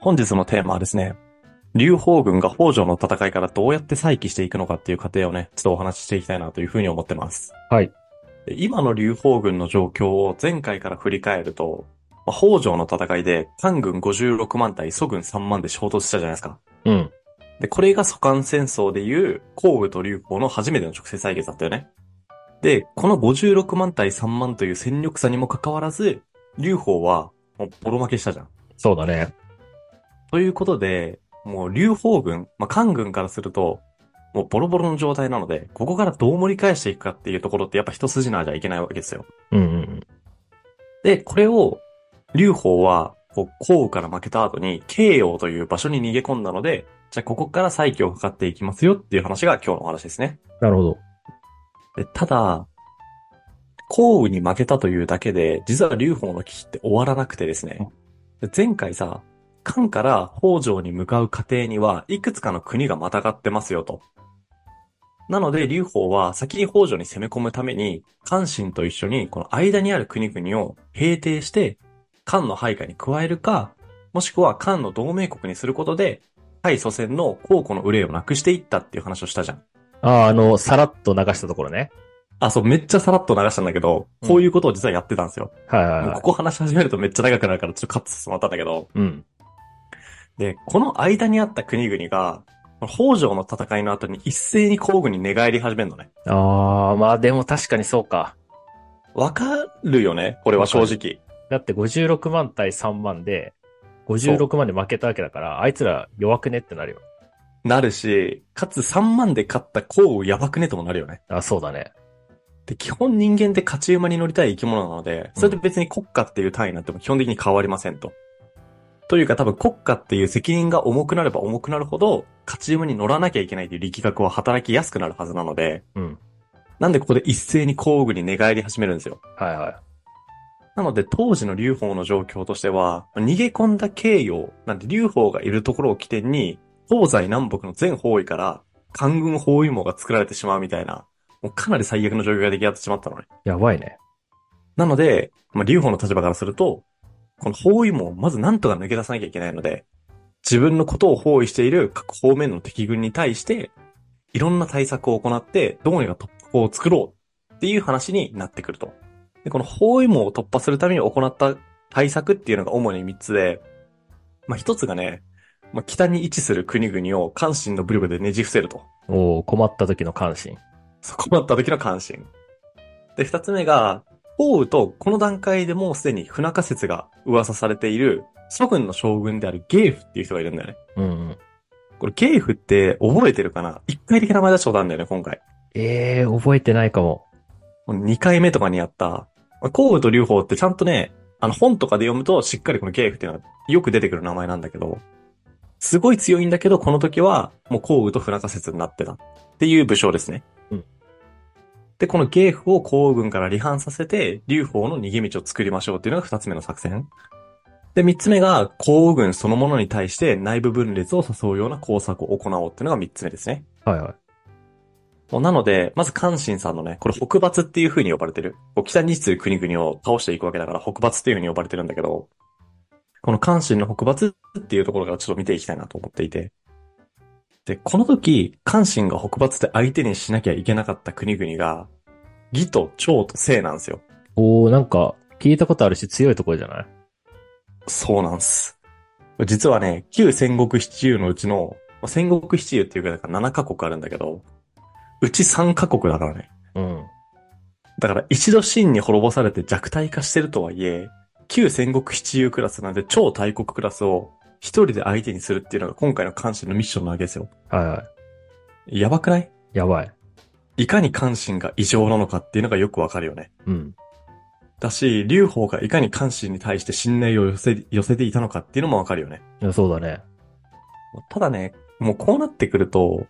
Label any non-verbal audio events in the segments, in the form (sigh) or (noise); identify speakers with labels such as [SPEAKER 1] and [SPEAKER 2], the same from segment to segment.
[SPEAKER 1] 本日のテーマはですね、劉邦軍が北条の戦いからどうやって再起していくのかっていう過程をね、ちょっとお話ししていきたいなというふうに思ってます。
[SPEAKER 2] はい。
[SPEAKER 1] で今の劉邦軍の状況を前回から振り返ると、まあ北条の戦いで漢軍56万対蘇軍3万で衝突したじゃないですか。
[SPEAKER 2] うん。
[SPEAKER 1] で、これが蘇韓戦争でいう、皇武と劉邦の初めての直接対決だったよね。で、この56万対3万という戦力差にもかかわらず、劉邦はもうボロ負けしたじゃん。
[SPEAKER 2] そうだね。
[SPEAKER 1] ということで、もう劉邦軍、まあ、漢軍からすると、もうボロボロの状態なので、ここからどう盛り返していくかっていうところってやっぱ一筋縄じゃいけないわけですよ。
[SPEAKER 2] うんうん
[SPEAKER 1] で、これを、劉邦は、こう、項羽から負けた後に、慶応という場所に逃げ込んだので、じゃあここから再起を図っていきますよっていう話が今日のお話ですね。
[SPEAKER 2] うん。なるほど。
[SPEAKER 1] でただ、項羽に負けたというだけで、実は劉邦の危機って終わらなくてですね。で前回さ、漢から北条に向かう過程には、いくつかの国がまたがってますよと。なので、劉邦は先に北条に攻め込むために、関心と一緒に、この間にある国々を平定して、漢の配下に加えるか、もしくは漢の同盟国にすることで、対祖先の皇庫の憂いをなくしていったっていう話をしたじゃん。
[SPEAKER 2] ああ、あの、さらっと流したところね。
[SPEAKER 1] あ、そう、めっちゃさらっと流したんだけど、
[SPEAKER 2] うん
[SPEAKER 1] こういうことを実はやってたんですよ。
[SPEAKER 2] はいはい
[SPEAKER 1] もう
[SPEAKER 2] は
[SPEAKER 1] こ
[SPEAKER 2] い。
[SPEAKER 1] こ話し始めるとめっちゃ長くなるから、ちょっとカットしてしまったんだけど、
[SPEAKER 2] うん。
[SPEAKER 1] で、この間にあった国々が、北条の戦いの後に一斉に皇軍に寝返り始めるのね。
[SPEAKER 2] ああ、まあでも確かにそうか。
[SPEAKER 1] わかるよねこれは正直。
[SPEAKER 2] だって56万対3万で、56万で負けたわけだから、あいつら弱くねってなるよ。
[SPEAKER 1] なるし、かつ3万で勝った皇軍やばくねともなるよね。
[SPEAKER 2] あそうだね。
[SPEAKER 1] で、基本人間って勝ち馬に乗りたい生き物なので、それで別に国家っていう単位になっても基本的に変わりませんと。というか多分国家っていう責任が重くなれば重くなるほど、勝ち馬に乗らなきゃいけないという力学は働きやすくなるはずなので、
[SPEAKER 2] うん。
[SPEAKER 1] なんでここで一斉に工具に寝返り始めるんですよ。
[SPEAKER 2] はいは
[SPEAKER 1] なので当時の劉邦の状況としては、逃げ込んだ慶陽、なんで劉邦がいるところを起点に、東西南北の全方位から、官軍包囲網が作られてしまうみたいな、もうかなり最悪の状況が出来上がってしまったのね。
[SPEAKER 2] い。やばいね。
[SPEAKER 1] なので、まあ、劉邦の立場からすると、この包囲網をまずなんとか抜け出さなきゃいけないので、自分のことを包囲している各方面の敵軍に対して、いろんな対策を行って、どうにか突破口を作ろうっていう話になってくると。で、この包囲網を突破するために行った対策っていうのが主に3つで、まあ、1つがね、まあ、北に位置する国々を関心の武力でねじ伏せると。
[SPEAKER 2] おお困った時の関心。
[SPEAKER 1] そこまった時の関心。で、二つ目が、王羽とこの段階でもうすでに不仲説が噂されている、諸軍の将軍であるゲーフっていう人がいるんだよね。
[SPEAKER 2] うんうん。
[SPEAKER 1] これゲーフって覚えてるかな一回だけ名前出したことあるんだよね、今回。
[SPEAKER 2] ええ覚えてないかも。
[SPEAKER 1] この二回目とかにやった、皇羽と劉邦ってちゃんとね、あの本とかで読むとしっかりこのゲーフっていうのはよく出てくる名前なんだけど、すごい強いんだけど、この時はもう皇羽と不仲説になってたっていう武将ですね。
[SPEAKER 2] うん
[SPEAKER 1] で、このゲーフを皇軍から離反させて、劉邦の逃げ道を作りましょうっていうのが二つ目の作戦。で、三つ目が、皇軍そのものに対して内部分裂を誘うような工作を行おうっていうのが三つ目ですね。
[SPEAKER 2] はいはい。
[SPEAKER 1] もうなので、まず関心さんのね、これ北伐っていう風に呼ばれてる。こう北に位置する国々を倒していくわけだから北伐っていう風に呼ばれてるんだけど、この関心の北伐っていうところからちょっと見ていきたいなと思っていて。で、この時、関心が北伐で相手にしなきゃいけなかった国々が、義と長と聖なんですよ。
[SPEAKER 2] おおなんか、聞いたことあるし強いところじゃない
[SPEAKER 1] そうなんです。実はね、旧戦国七雄のうちの、まあ戦国七雄っていうか、だから7カ国あるんだけど、うち3カ国だからね。
[SPEAKER 2] うん。
[SPEAKER 1] だから一度秦に滅ぼされて弱体化してるとはいえ、旧戦国七雄クラスなんで超大国クラスを一人で相手にするっていうのが今回の関心のミッションなわけですよ。
[SPEAKER 2] はいは
[SPEAKER 1] やばくない
[SPEAKER 2] い。やばい。
[SPEAKER 1] いかに関心が異常なのかっていうのがよくわかるよね。
[SPEAKER 2] うん。
[SPEAKER 1] だし、劉邦がいかに関心に対して信頼を寄せ、寄せていたのかっていうのもわかるよね。
[SPEAKER 2] いやそうだね。
[SPEAKER 1] ただね、もうこうなってくると、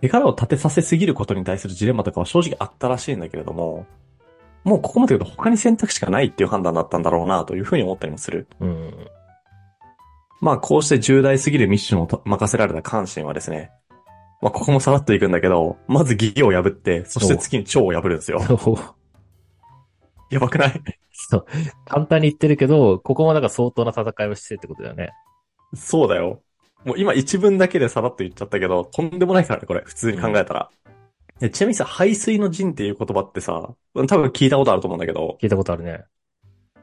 [SPEAKER 1] 手柄を立てさせすぎることに対するジレンマとかは正直あったらしいんだけれども、もうここまで言うと他に選択肢がないっていう判断だったんだろうなというふうに思ったりもする。
[SPEAKER 2] うん。
[SPEAKER 1] まあこうして重大すぎるミッションをと任せられた関心はですね、まあここもさらっといくんだけど、まず義を破って、そして次に蝶を破るんですよ。
[SPEAKER 2] (laughs)
[SPEAKER 1] やばくない
[SPEAKER 2] そう。簡単に言ってるけど、ここもなんか相当な戦いをしてってことだよね。
[SPEAKER 1] そうだよ。もう今一文だけでさらっと言っちゃったけど、とんでもないからね、これ。普通に考えたら。でちなみにさ、排水の陣っていう言葉ってさ、多分聞いたことあると思うんだけど、
[SPEAKER 2] 聞いたことあるね。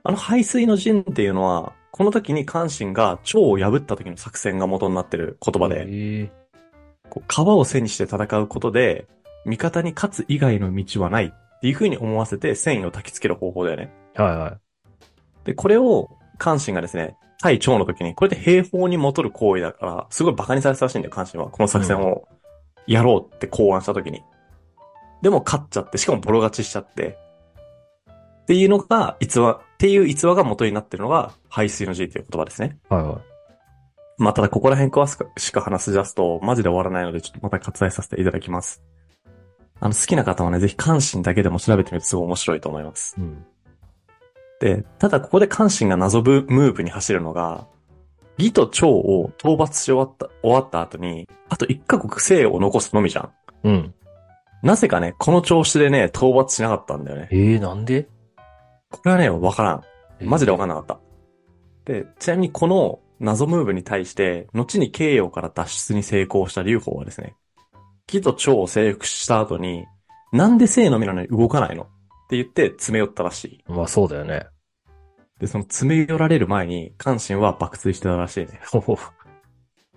[SPEAKER 1] あの排水の陣っていうのは、この時に関心が蝶を破った時の作戦が元になってる言葉で、
[SPEAKER 2] え
[SPEAKER 1] こう川を背にして戦うことで、味方に勝つ以外の道はないっていう風に思わせて戦意を焚きつける方法だよね。
[SPEAKER 2] えはいはい。
[SPEAKER 1] で、これを、関心がですね、対長の時に、これで兵法に戻る行為だから、すごい馬鹿にされてたらしいんだよ、関心は。この作戦をやろうって考案した時に。でも勝っちゃって、しかもボロ勝ちしちゃって。っていうのが、逸話、っていう逸話が元になってるのが、排水の G という言葉ですね。
[SPEAKER 2] はいはい。
[SPEAKER 1] まあ、ただここら辺詳しくしか話し出すと、マジで終わらないので、ちょっとまた割愛させていただきます。あの、好きな方はね、ぜひ関心だけでも調べてみるとすごい面白いと思います。
[SPEAKER 2] うん。
[SPEAKER 1] で、ただここで関心が謎ぶムーブに走るのが、義と趙を討伐し終わった、終わった後に、あと一カ国生を残すのみじゃん。
[SPEAKER 2] うん。
[SPEAKER 1] なぜかね、この調子でね、討伐しなかったんだよね。
[SPEAKER 2] ええなんで
[SPEAKER 1] これはね、わからん。マジでわかんなかった。で、ちなみにこの謎ムーブに対して、後に慶応から脱出に成功した劉邦はですね、義と趙を征服した後に、なんで生のみなのに動かないのって言って詰め寄ったらしい。
[SPEAKER 2] まあそうだよね。
[SPEAKER 1] で、その詰め寄られる前に、関心は爆睡してたらしいね。 (laughs)
[SPEAKER 2] ほほ。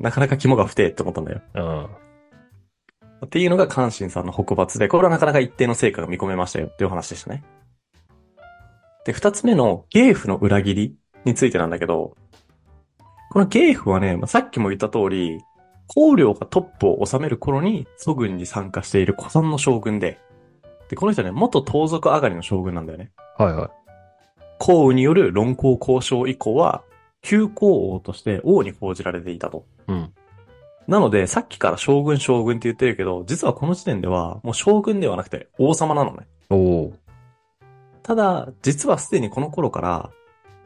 [SPEAKER 1] なかなか肝が不定って思ったんだよ。
[SPEAKER 2] うん。
[SPEAKER 1] っていうのが関心さんの北伐で、これはなかなか一定の成果が見込めましたよっていうお話でしたね。で、二つ目の、ゲーフの裏切りについてなんだけど、このゲーフはね、まあ、さっきも言った通り、高領がトップを治める頃に、祖軍に参加している古参の将軍で、で、この人ね、元盗賊上がりの将軍なんだよね。
[SPEAKER 2] はいはい。
[SPEAKER 1] 項羽による論功交渉以降は、旧皇王として王に報じられていたと。
[SPEAKER 2] うん。
[SPEAKER 1] なので、さっきから将軍将軍って言ってるけど、実はこの時点では、もう将軍ではなくて王様なのね。
[SPEAKER 2] おお。
[SPEAKER 1] ただ、実はすでにこの頃から、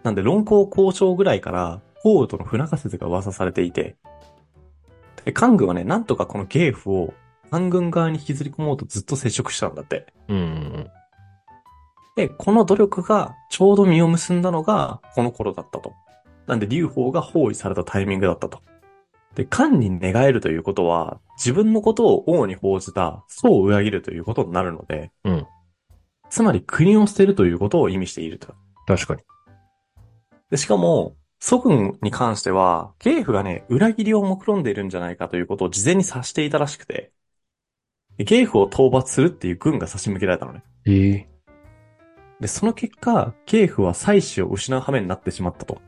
[SPEAKER 1] なんで論功交渉ぐらいから、皇羽との不仲説が噂されていて、で、官軍はね、なんとかこの芸府を、官軍側に引きずり込もうとずっと接触したんだって。
[SPEAKER 2] うんうん
[SPEAKER 1] で、この努力がちょうど実を結んだのがこの頃だったと。なんで、劉邦が包囲されたタイミングだったと。で、官に寝返るということは、自分のことを王に報じた、そうを裏切るということになるので、
[SPEAKER 2] うん。うん。
[SPEAKER 1] つまり国を捨てるということを意味していると。
[SPEAKER 2] 確かに。
[SPEAKER 1] で、しかも、祖軍に関しては、慶父がね、裏切りを目論んでいるんじゃないかということを事前に察していたらしくて、で慶父を討伐するっていう軍が差し向けられたのね。
[SPEAKER 2] ええ
[SPEAKER 1] で、その結果、慶父は妻子を失う羽目になってしまったと。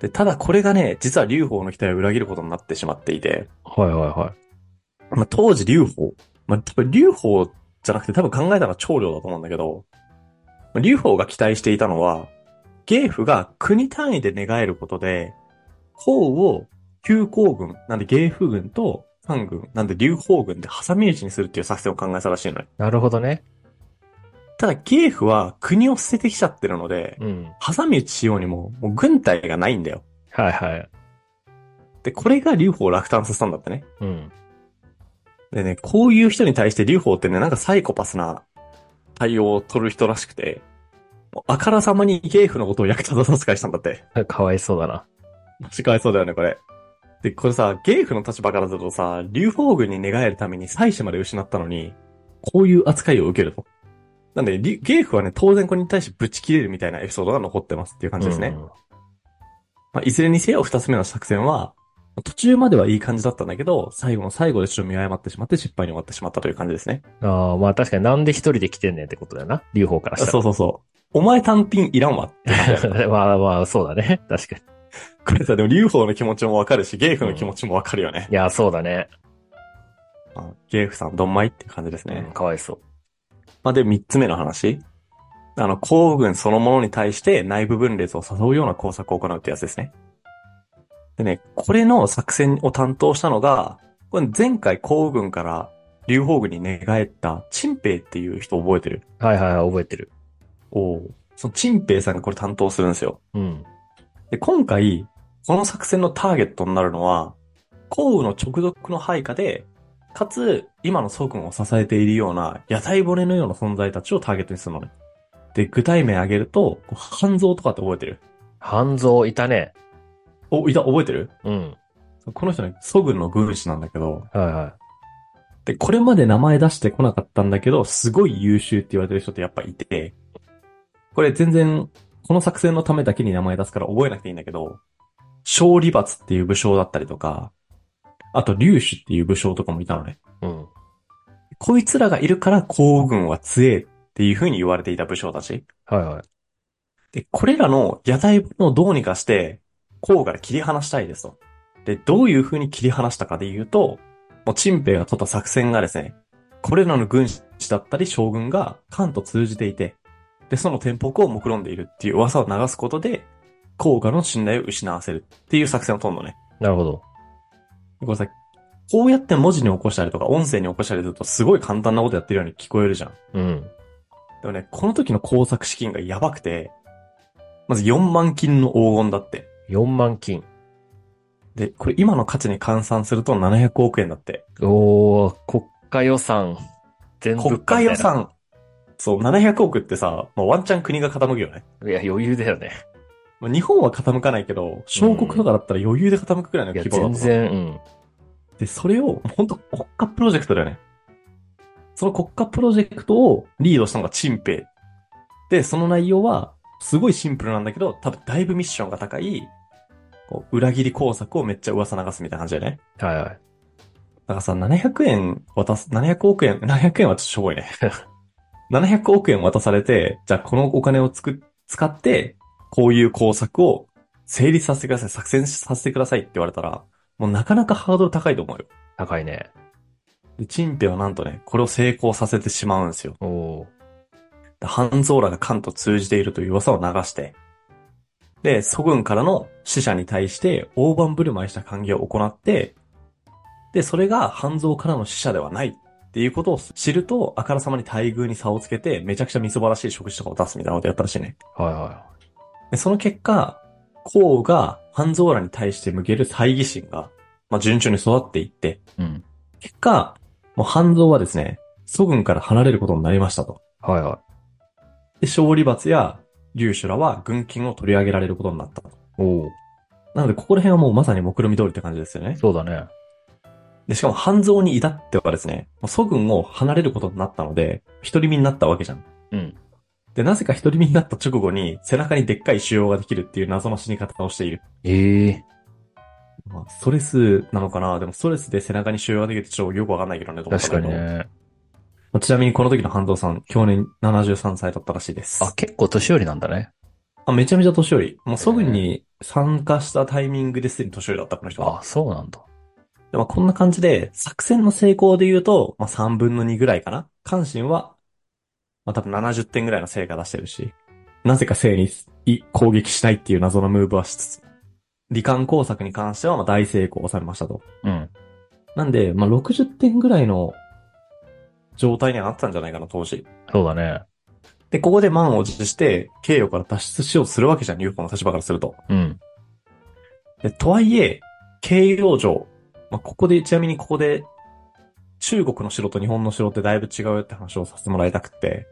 [SPEAKER 1] で、ただこれがね、実は劉邦の期待を裏切ることになってしまっていて、
[SPEAKER 2] はいはいはい。
[SPEAKER 1] まあ、当時劉邦、まあ、多分劉邦じゃなくて多分考えたのは長領だと思うんだけど、まあ劉邦が期待していたのは、慶父が国単位で寝返ることで、項羽を旧皇軍、なんで慶父軍と漢軍、なんで劉邦軍で挟み撃ちにするっていう作戦を考えたらしいのよ。
[SPEAKER 2] なるほどね。
[SPEAKER 1] ただ慶父は国を捨ててきちゃってるので、
[SPEAKER 2] うん。
[SPEAKER 1] 挟み撃ちしようにも、もう軍隊がないんだよ。
[SPEAKER 2] はいはい。
[SPEAKER 1] で、これが劉邦を落胆させたんだってね。
[SPEAKER 2] うん。
[SPEAKER 1] でね、こういう人に対して劉邦ってね、なんかサイコパスな対応を取る人らしくて、もうあからさまにゲーフのことを役立たず扱いしたんだって。
[SPEAKER 2] かわいそうだな。
[SPEAKER 1] マジかわいそうだよね、これ。で、これさ、ゲーフの立場からするとさ、劉邦軍に寝返るために妻子まで失ったのに、こういう扱いを受けると。なんで、リゲーフはね、当然これに対してぶち切れるみたいなエピソードが残ってますっていう感じですね。
[SPEAKER 2] うん
[SPEAKER 1] まあ、いずれにせよ二つ目の作戦は、途中まではいい感じだったんだけど、最後の最後でちょっと見誤ってしまって失敗に終わってしまったという感じですね。
[SPEAKER 2] ああ、まあ確かになんで一人で来てんねんってことだよな。劉邦からしたら。
[SPEAKER 1] そうそうそう。お前単品いらんわって感じだよね。
[SPEAKER 2] (laughs) まあまあ、そうだね。確かに。
[SPEAKER 1] これさ、でも、劉邦の気持ちもわかるし、ゲーフの気持ちもわかるよね
[SPEAKER 2] い。や、そうだね。
[SPEAKER 1] あゲーフさん、どんまいっていう感じですね。
[SPEAKER 2] うん、かわいそう。
[SPEAKER 1] まあ、で、三つ目の話。あの、皇軍そのものに対して内部分裂を誘うような工作を行うってやつですね。でね、これの作戦を担当したのが、これ前回皇軍から劉邦軍に寝返った陳平っていう人覚えてる
[SPEAKER 2] はいはいはい、覚えてる。
[SPEAKER 1] おうその陳平さんがこれ担当するんですよ。
[SPEAKER 2] うん。
[SPEAKER 1] で、今回、この作戦のターゲットになるのは、皇羽の直属の配下で、かつ、今の祖君を支えているような、屋台骨のような存在たちをターゲットにするのね。で、具体名挙げると、こう半蔵とかって覚えてる
[SPEAKER 2] 半蔵いたね。
[SPEAKER 1] お、いた、覚えてる
[SPEAKER 2] うん。
[SPEAKER 1] この人ね、祖軍の軍師なんだけど、
[SPEAKER 2] はいは
[SPEAKER 1] で、これまで名前出してこなかったんだけど、すごい優秀って言われてる人ってやっぱいて、これ全然、この作戦のためだけに名前出すから覚えなくていいんだけど、勝利罰っていう武将だったりとか、あと劉主っていう武将とかもいたのね。
[SPEAKER 2] い。うん。
[SPEAKER 1] こいつらがいるから皇軍は強えっていう風に言われていた武将たち。
[SPEAKER 2] はいはい。
[SPEAKER 1] で、これらの屋台分をどうにかして、甲から切り離したいですと。で、どういう風に切り離したかで言うと、もう陳平が取った作戦がですね、これらの軍師だったり将軍が関と通じていて、で、その天北を目論んでいるっていう噂を流すことで、甲賀の信頼を失わせるっていう作戦を取るのね。
[SPEAKER 2] なるほど。
[SPEAKER 1] ごめんなさい。こうやって文字に起こしたりとか音声に起こしたりするとすごい簡単なことやってるように聞こえるじゃん。
[SPEAKER 2] うん。
[SPEAKER 1] でもね、この時の工作資金がやばくて、まず4万金の黄金だって。
[SPEAKER 2] 4万金。
[SPEAKER 1] で、これ今の価値に換算すると700億円だって。
[SPEAKER 2] おー、国家予算。全部。
[SPEAKER 1] 国家予。算、そう、700億ってさ、もうワンチャン国が傾くよね。
[SPEAKER 2] いや、余裕だよね。
[SPEAKER 1] まあ日本は傾かないけど、小国とかだったら余裕で傾くくらいの
[SPEAKER 2] いや、
[SPEAKER 1] 規模だと思う
[SPEAKER 2] 全然、うん。
[SPEAKER 1] で、それを、本当国家プロジェクトだよね。その国家プロジェクトをリードしたのがチンペイ。で、その内容は、すごいシンプルなんだけど、多分だいぶミッションが高い、こう裏切り工作をめっちゃ噂流すみたいな感じだよね。
[SPEAKER 2] はいはい。
[SPEAKER 1] だからさ、700円渡す、700億円、700円はちょっとしょぼいね。700億円渡されて、じゃあこのお金をつく、使って、こういう工作を成立させてください、作戦させてくださいって言われたら、もうなかなかハードル高いと思うよ。
[SPEAKER 2] 高いね。
[SPEAKER 1] で、チンペはなんとね、これを成功させてしまうんですよ。
[SPEAKER 2] おー。
[SPEAKER 1] で半蔵らが関と通じているという噂を流して、で、祖軍からの死者に対して大盤振る舞いした歓迎を行って、で、それが半蔵からの死者ではないっていうことを知ると、あからさまに待遇に差をつけて、めちゃくちゃみそばらしい食事とかを出すみたいなことやったらしいね。
[SPEAKER 2] はいは
[SPEAKER 1] で、その結果、孔が半蔵らに対して向ける猜疑心が、まあ、順調に育っていって、
[SPEAKER 2] い。うん。
[SPEAKER 1] 結果、もう半蔵はですね、祖軍から離れることになりましたと。
[SPEAKER 2] はいは
[SPEAKER 1] で、勝利罰や劉主らは軍金を取り上げられることになったと。
[SPEAKER 2] い。おー。
[SPEAKER 1] なので、ここら辺はもうまさに目論見通りって感じですよね。
[SPEAKER 2] そうだね。
[SPEAKER 1] で、しかも半蔵に至ってはですね、もう祖軍を離れることになったので、一人身になったわけじゃん。
[SPEAKER 2] うん。
[SPEAKER 1] で、なぜか一人身になった直後に、背中にでっかい腫瘍ができるっていう謎の死に方をしている。
[SPEAKER 2] ええ
[SPEAKER 1] まあ、ストレスなのかなでもストレスで背中に腫瘍ができるってちょっとよくわかんないけどね、と思った
[SPEAKER 2] 確
[SPEAKER 1] んだ
[SPEAKER 2] か
[SPEAKER 1] けど
[SPEAKER 2] にね。
[SPEAKER 1] まあちなみにこの時の半蔵さん、去年73歳だったらしいです。
[SPEAKER 2] あ、結構年寄りなんだね。
[SPEAKER 1] あ、めちゃめちゃ年寄り。もうすぐに参加したタイミングですでに年寄りだった、この人は。
[SPEAKER 2] あ、そうなんだ。
[SPEAKER 1] でまあ、こんな感じで、作戦の成功で言うと、まあ、3分の2ぐらいかな。関心は、まあ、多分70点ぐらいの成果出してるし、なぜか正にい攻撃しないっていう謎のムーブはしつつ、罹患工作に関してはまあ大成功を収めましたと。
[SPEAKER 2] うん。
[SPEAKER 1] なんで、まあ、60点ぐらいの状態にはなってたんじゃないかな、当時。
[SPEAKER 2] そうだね。
[SPEAKER 1] で、ここで満を持して、経由から脱出しようとするわけじゃん、UFO の立場からすると。
[SPEAKER 2] うん。
[SPEAKER 1] で、とはいえ、慶養城。まあ、ここで、ちなみにここで、中国の城と日本の城ってだいぶ違うよって話をさせてもらいたくって。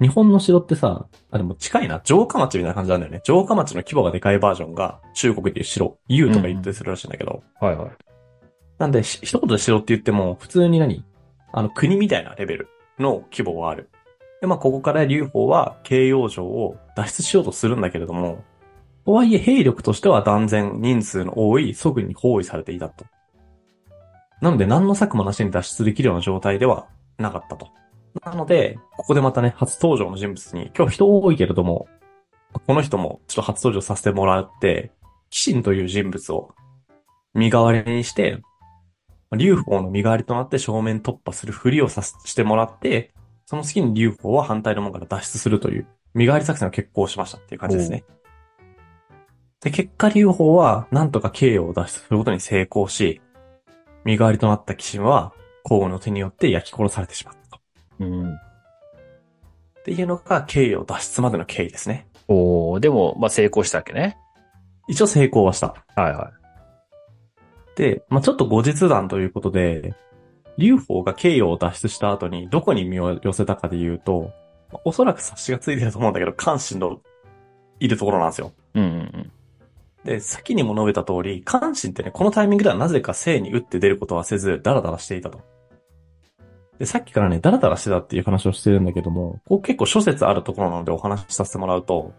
[SPEAKER 1] 日本の城ってさ、あ、でも近いな。城下町みたいな感じなんだよね。城下町の規模がでかいバージョンが、中国でいう城、U とか言ったりするらしいんだけど。
[SPEAKER 2] はいはい。
[SPEAKER 1] なんで、し一言で城って言っても、普通に何あの、国みたいなレベルの規模はある。で、まあ、ここから劉邦は慶養城を脱出しようとするんだけれども、とはいえ兵力としては断然人数の多い祖軍に包囲されていたと。なので、何の策もなしに脱出できるような状態ではなかったと。なので、ここでまたね、初登場の人物に、今日人多いけれども、この人もちょっと初登場させてもらって、騎信という人物を身代わりにして、劉邦の身代わりとなって正面突破するふりをさせしてもらって、その次に劉邦は反対の門から脱出するという、身代わり作戦を決行しましたっていう感じですね。で、結果劉邦は、なんとか慶応を脱出することに成功し、身代わりとなった騎信は、皇后の手によって焼き殺されてしまったと。
[SPEAKER 2] うん。
[SPEAKER 1] っていうのが、慶応脱出までの経緯ですね。
[SPEAKER 2] おー、でも、まあ、成功したわけね。
[SPEAKER 1] 一応成功はした。
[SPEAKER 2] はいは
[SPEAKER 1] で、まあ、ちょっと後日談ということで、劉邦が慶応を脱出した後にどこに身を寄せたかで言うと、まあおそらく察しがついてると思うんだけど、関心のいるところなんですよ。
[SPEAKER 2] い。うんうん
[SPEAKER 1] で、先にも述べた通り、関心ってね、このタイミングではなぜか正に打って出ることはせず、ダラダラしていたと。で、さっきからね、ダラダラしてたっていう話をしてるんだけども、こう結構諸説あるところなのでお話しさせてもらうと、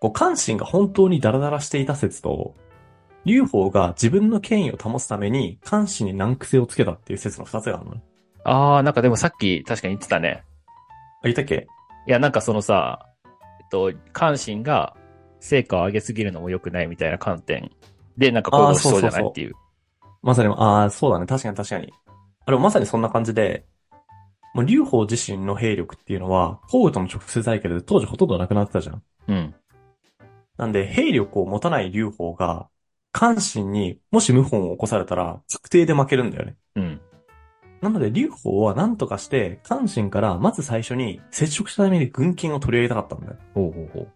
[SPEAKER 1] こう関心が本当にダラダラしていた説と、劉邦が自分の権威を保つために関心に難癖をつけたっていう説の二つがあるのね。
[SPEAKER 2] ああ、なんかでもさっき確かに言ってたね。
[SPEAKER 1] あ、いたっけ
[SPEAKER 2] いや、なんかそのさ、えっと、関心が成果を上げすぎるのも良くないみたいな観点で、なんか行動しそうじゃないっていう。
[SPEAKER 1] まさに、ああ、そうだね。確かに確かに。あれもまさにそんな感じで、もう劉邦自身の兵力っていうのは、項羽との直接対決で当時ほとんどなくなってたじゃん。
[SPEAKER 2] うん。
[SPEAKER 1] なんで、兵力を持たない劉邦が、関心にもし謀反を起こされたら、確定で負けるんだよね。
[SPEAKER 2] うん。
[SPEAKER 1] なので、劉邦は何とかして、関心からまず最初に接触したために軍権を取り上げたかったんだよ。
[SPEAKER 2] ほうほうほう。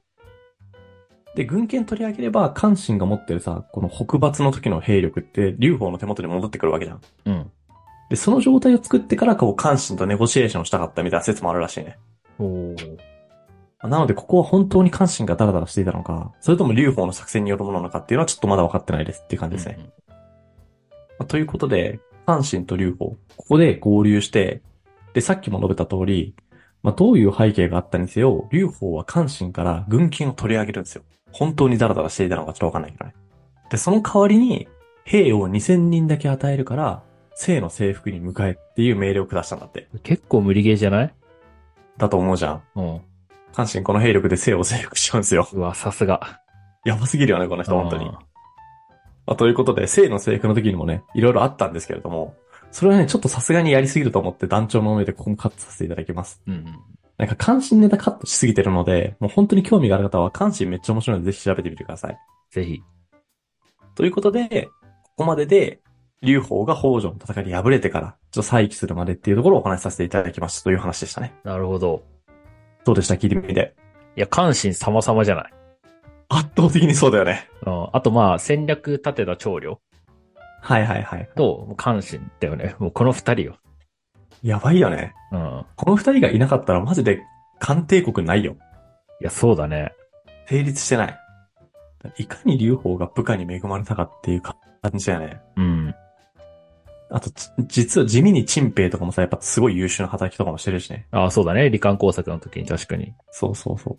[SPEAKER 1] で、軍権取り上げれば、関心が持ってるさ、この北伐の時の兵力って、劉邦の手元に戻ってくるわけじゃん。
[SPEAKER 2] うん。
[SPEAKER 1] で、その状態を作ってから、こう、関心とネゴシエーションをしたかったみたいな説もあるらしいね。
[SPEAKER 2] ほう。
[SPEAKER 1] なので、ここは本当に関心がダラダラしていたのか、それとも劉邦の作戦によるものなのかっていうのはちょっとまだ分かってないですっていう感じですね。
[SPEAKER 2] うんうん。
[SPEAKER 1] まあということで、阪神と劉邦、ここで合流して、で、さっきも述べた通り、まあ、どういう背景があったにせよ、劉邦は関心から軍金を取り上げるんですよ。本当にダラダラしていたのかちょっとわかんないけどね。で、その代わりに、兵を2000人だけ与えるから、生の征服に迎えっていう命令を下したんだって。
[SPEAKER 2] 結構無理ゲーじゃない
[SPEAKER 1] だと思うじゃん。
[SPEAKER 2] うん。
[SPEAKER 1] 阪神この兵力で生を征服しちゃうんですよ。 (laughs)
[SPEAKER 2] うわ、さすが。
[SPEAKER 1] やばすぎるよね、この人、本当に。
[SPEAKER 2] うん
[SPEAKER 1] まあ、ということで、生の制服の時にもね、いろいろあったんですけれども、それはね、ちょっとさすがにやりすぎると思って団長の上でここもカットさせていただきます。
[SPEAKER 2] うんうん。
[SPEAKER 1] なんか関心ネタカットしすぎてるので、もう本当に興味がある方は関心めっちゃ面白いのでぜひ調べてみてください。
[SPEAKER 2] ぜひ。
[SPEAKER 1] ということで、ここまでで、劉邦が北条の戦いに敗れてから、ちょっと再起するまでっていうところをお話しさせていただきましたという話でしたね。
[SPEAKER 2] なるほど。
[SPEAKER 1] どうでした聞いてみて。
[SPEAKER 2] いや、関心様々じゃない。
[SPEAKER 1] 圧倒的にそうだよね。
[SPEAKER 2] うん。あとまあ、戦略立てた長領
[SPEAKER 1] はいはいはい。
[SPEAKER 2] と、もう関心だよね。もうこの二人よ。
[SPEAKER 1] やばいよね。
[SPEAKER 2] うん。
[SPEAKER 1] この二人がいなかったらマジで官帝国ないよ。
[SPEAKER 2] いや、そうだね。
[SPEAKER 1] 成立してない。いかに劉邦が部下に恵まれたかっていう感じだよね。
[SPEAKER 2] うん。
[SPEAKER 1] あと、ち実は地味に陳平とかもさ、やっぱすごい優秀な働きとかもしてるしね。
[SPEAKER 2] ああ、そうだね。罹患工作の時に確かに。
[SPEAKER 1] そうそうそう。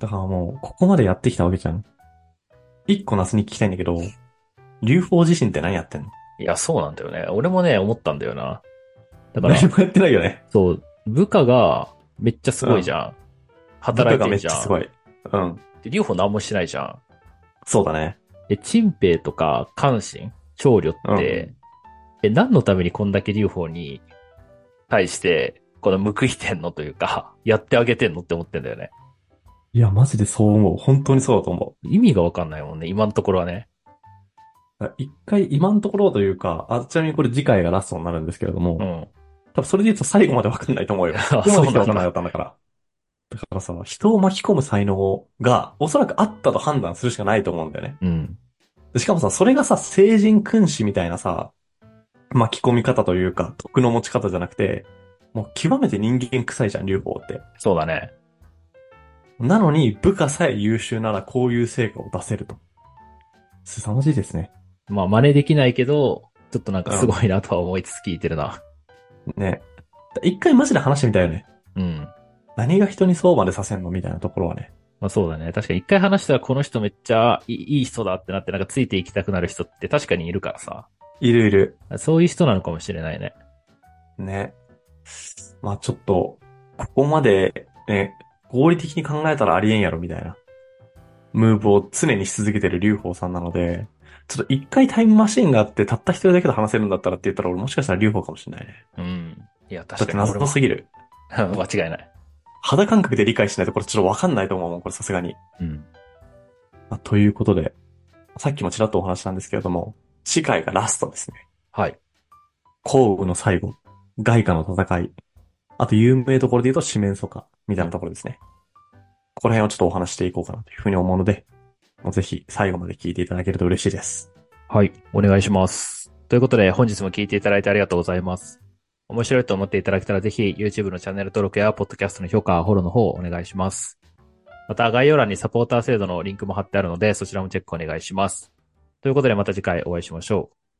[SPEAKER 1] だからもう、ここまでやってきたわけじゃん。一個夏に聞きたいんだけど、劉邦自身って何やってんの
[SPEAKER 2] いや、そうなんだよね。俺もね、思ったんだよな。だから、
[SPEAKER 1] 何もやってないよね。
[SPEAKER 2] そう、部下がめっちゃすごいじゃん。
[SPEAKER 1] 部
[SPEAKER 2] 働
[SPEAKER 1] 下
[SPEAKER 2] い
[SPEAKER 1] が
[SPEAKER 2] て
[SPEAKER 1] め
[SPEAKER 2] る
[SPEAKER 1] っち
[SPEAKER 2] じ
[SPEAKER 1] ゃ
[SPEAKER 2] ゃん。
[SPEAKER 1] すごい。うん。
[SPEAKER 2] で、両方何もしてないじゃん。
[SPEAKER 1] そうだね。
[SPEAKER 2] え、陳平とか関心、長慮って、え、何のためにこんだけ劉邦に対して、この報いてんのというか、 (laughs) やってあげてんのって思ってんだよね。
[SPEAKER 1] いや、マジでそう思う。本当にそうだと思
[SPEAKER 2] 意味がわかんないもんね、今のところはね。
[SPEAKER 1] う。一回、今のところというか、あ、ちなみにこれ次回がラストになるんですけれども、
[SPEAKER 2] うん。
[SPEAKER 1] 多分それで言うと最後までわかんないと思うよ。こ
[SPEAKER 2] あ
[SPEAKER 1] こまで来
[SPEAKER 2] そうなんだ
[SPEAKER 1] てわかんなかったんだから。だからさ、人を巻き込む才能が、おそらくあったと判断するしかないと思うんだよね。
[SPEAKER 2] うん。
[SPEAKER 1] でしかもさ、それがさ、成人君子みたいなさ、巻き込み方というか、徳の持ち方じゃなくて、もう極めて人間臭いじゃん、劉邦って。
[SPEAKER 2] そうだね。
[SPEAKER 1] なのに、部下さえ優秀ならこういう成果を出せると。凄まじいですね。
[SPEAKER 2] まあ、真似できないけど、ちょっとなんかすごいなとは思いつつ聞いてるな。
[SPEAKER 1] ね。一回マジで話してみたいよね。
[SPEAKER 2] うん。
[SPEAKER 1] 何が人にそうまでさせんのみたいなところはね。
[SPEAKER 2] まあそうだね。確かに一回話したらこの人めっちゃいいいい人だってなってなんかついていきたくなる人って確かにいるからさ。
[SPEAKER 1] いるいる。
[SPEAKER 2] そういう人なのかもしれないね。
[SPEAKER 1] ね。まあちょっと、ここまで、ね、合理的に考えたらありえんやろみたいな、ムーブを常にし続けてる劉邦さんなので、ちょっと一回タイムマシーンがあって、たった一人だけで話せるんだったらって言ったら、俺もしかしたら劉邦かもしれないね。
[SPEAKER 2] うん。いや、
[SPEAKER 1] だっ
[SPEAKER 2] 確
[SPEAKER 1] て
[SPEAKER 2] かに俺
[SPEAKER 1] 謎
[SPEAKER 2] も。
[SPEAKER 1] すぎる。
[SPEAKER 2] (laughs) 間違いない。
[SPEAKER 1] 肌感覚で理解しないとこれちょっとわかんないと思うもん、これさすがに。
[SPEAKER 2] うん。
[SPEAKER 1] まあということで、さっきもちらっとお話したんですけれども、次回がラストですね。
[SPEAKER 2] はい。
[SPEAKER 1] 項羽の最後、外貨の戦い、あと有名どころで言うと四面楚歌みたいなところですね。ここら辺をちょっとお話していこうかなというふうに思うので、もうぜひ最後まで聞いていただけると嬉しいです。
[SPEAKER 2] はい。お願いします。ということで、本日も聞いていただいてありがとうございます。面白いと思っていただけたらぜひ、YouTube のチャンネル登録や、ポッドキャストの評価、フォローの方、お願いします。また概要欄にサポーター制度のリンクも貼ってあるので、そちらもチェックお願いします。ということでまた次回お会いしましょう。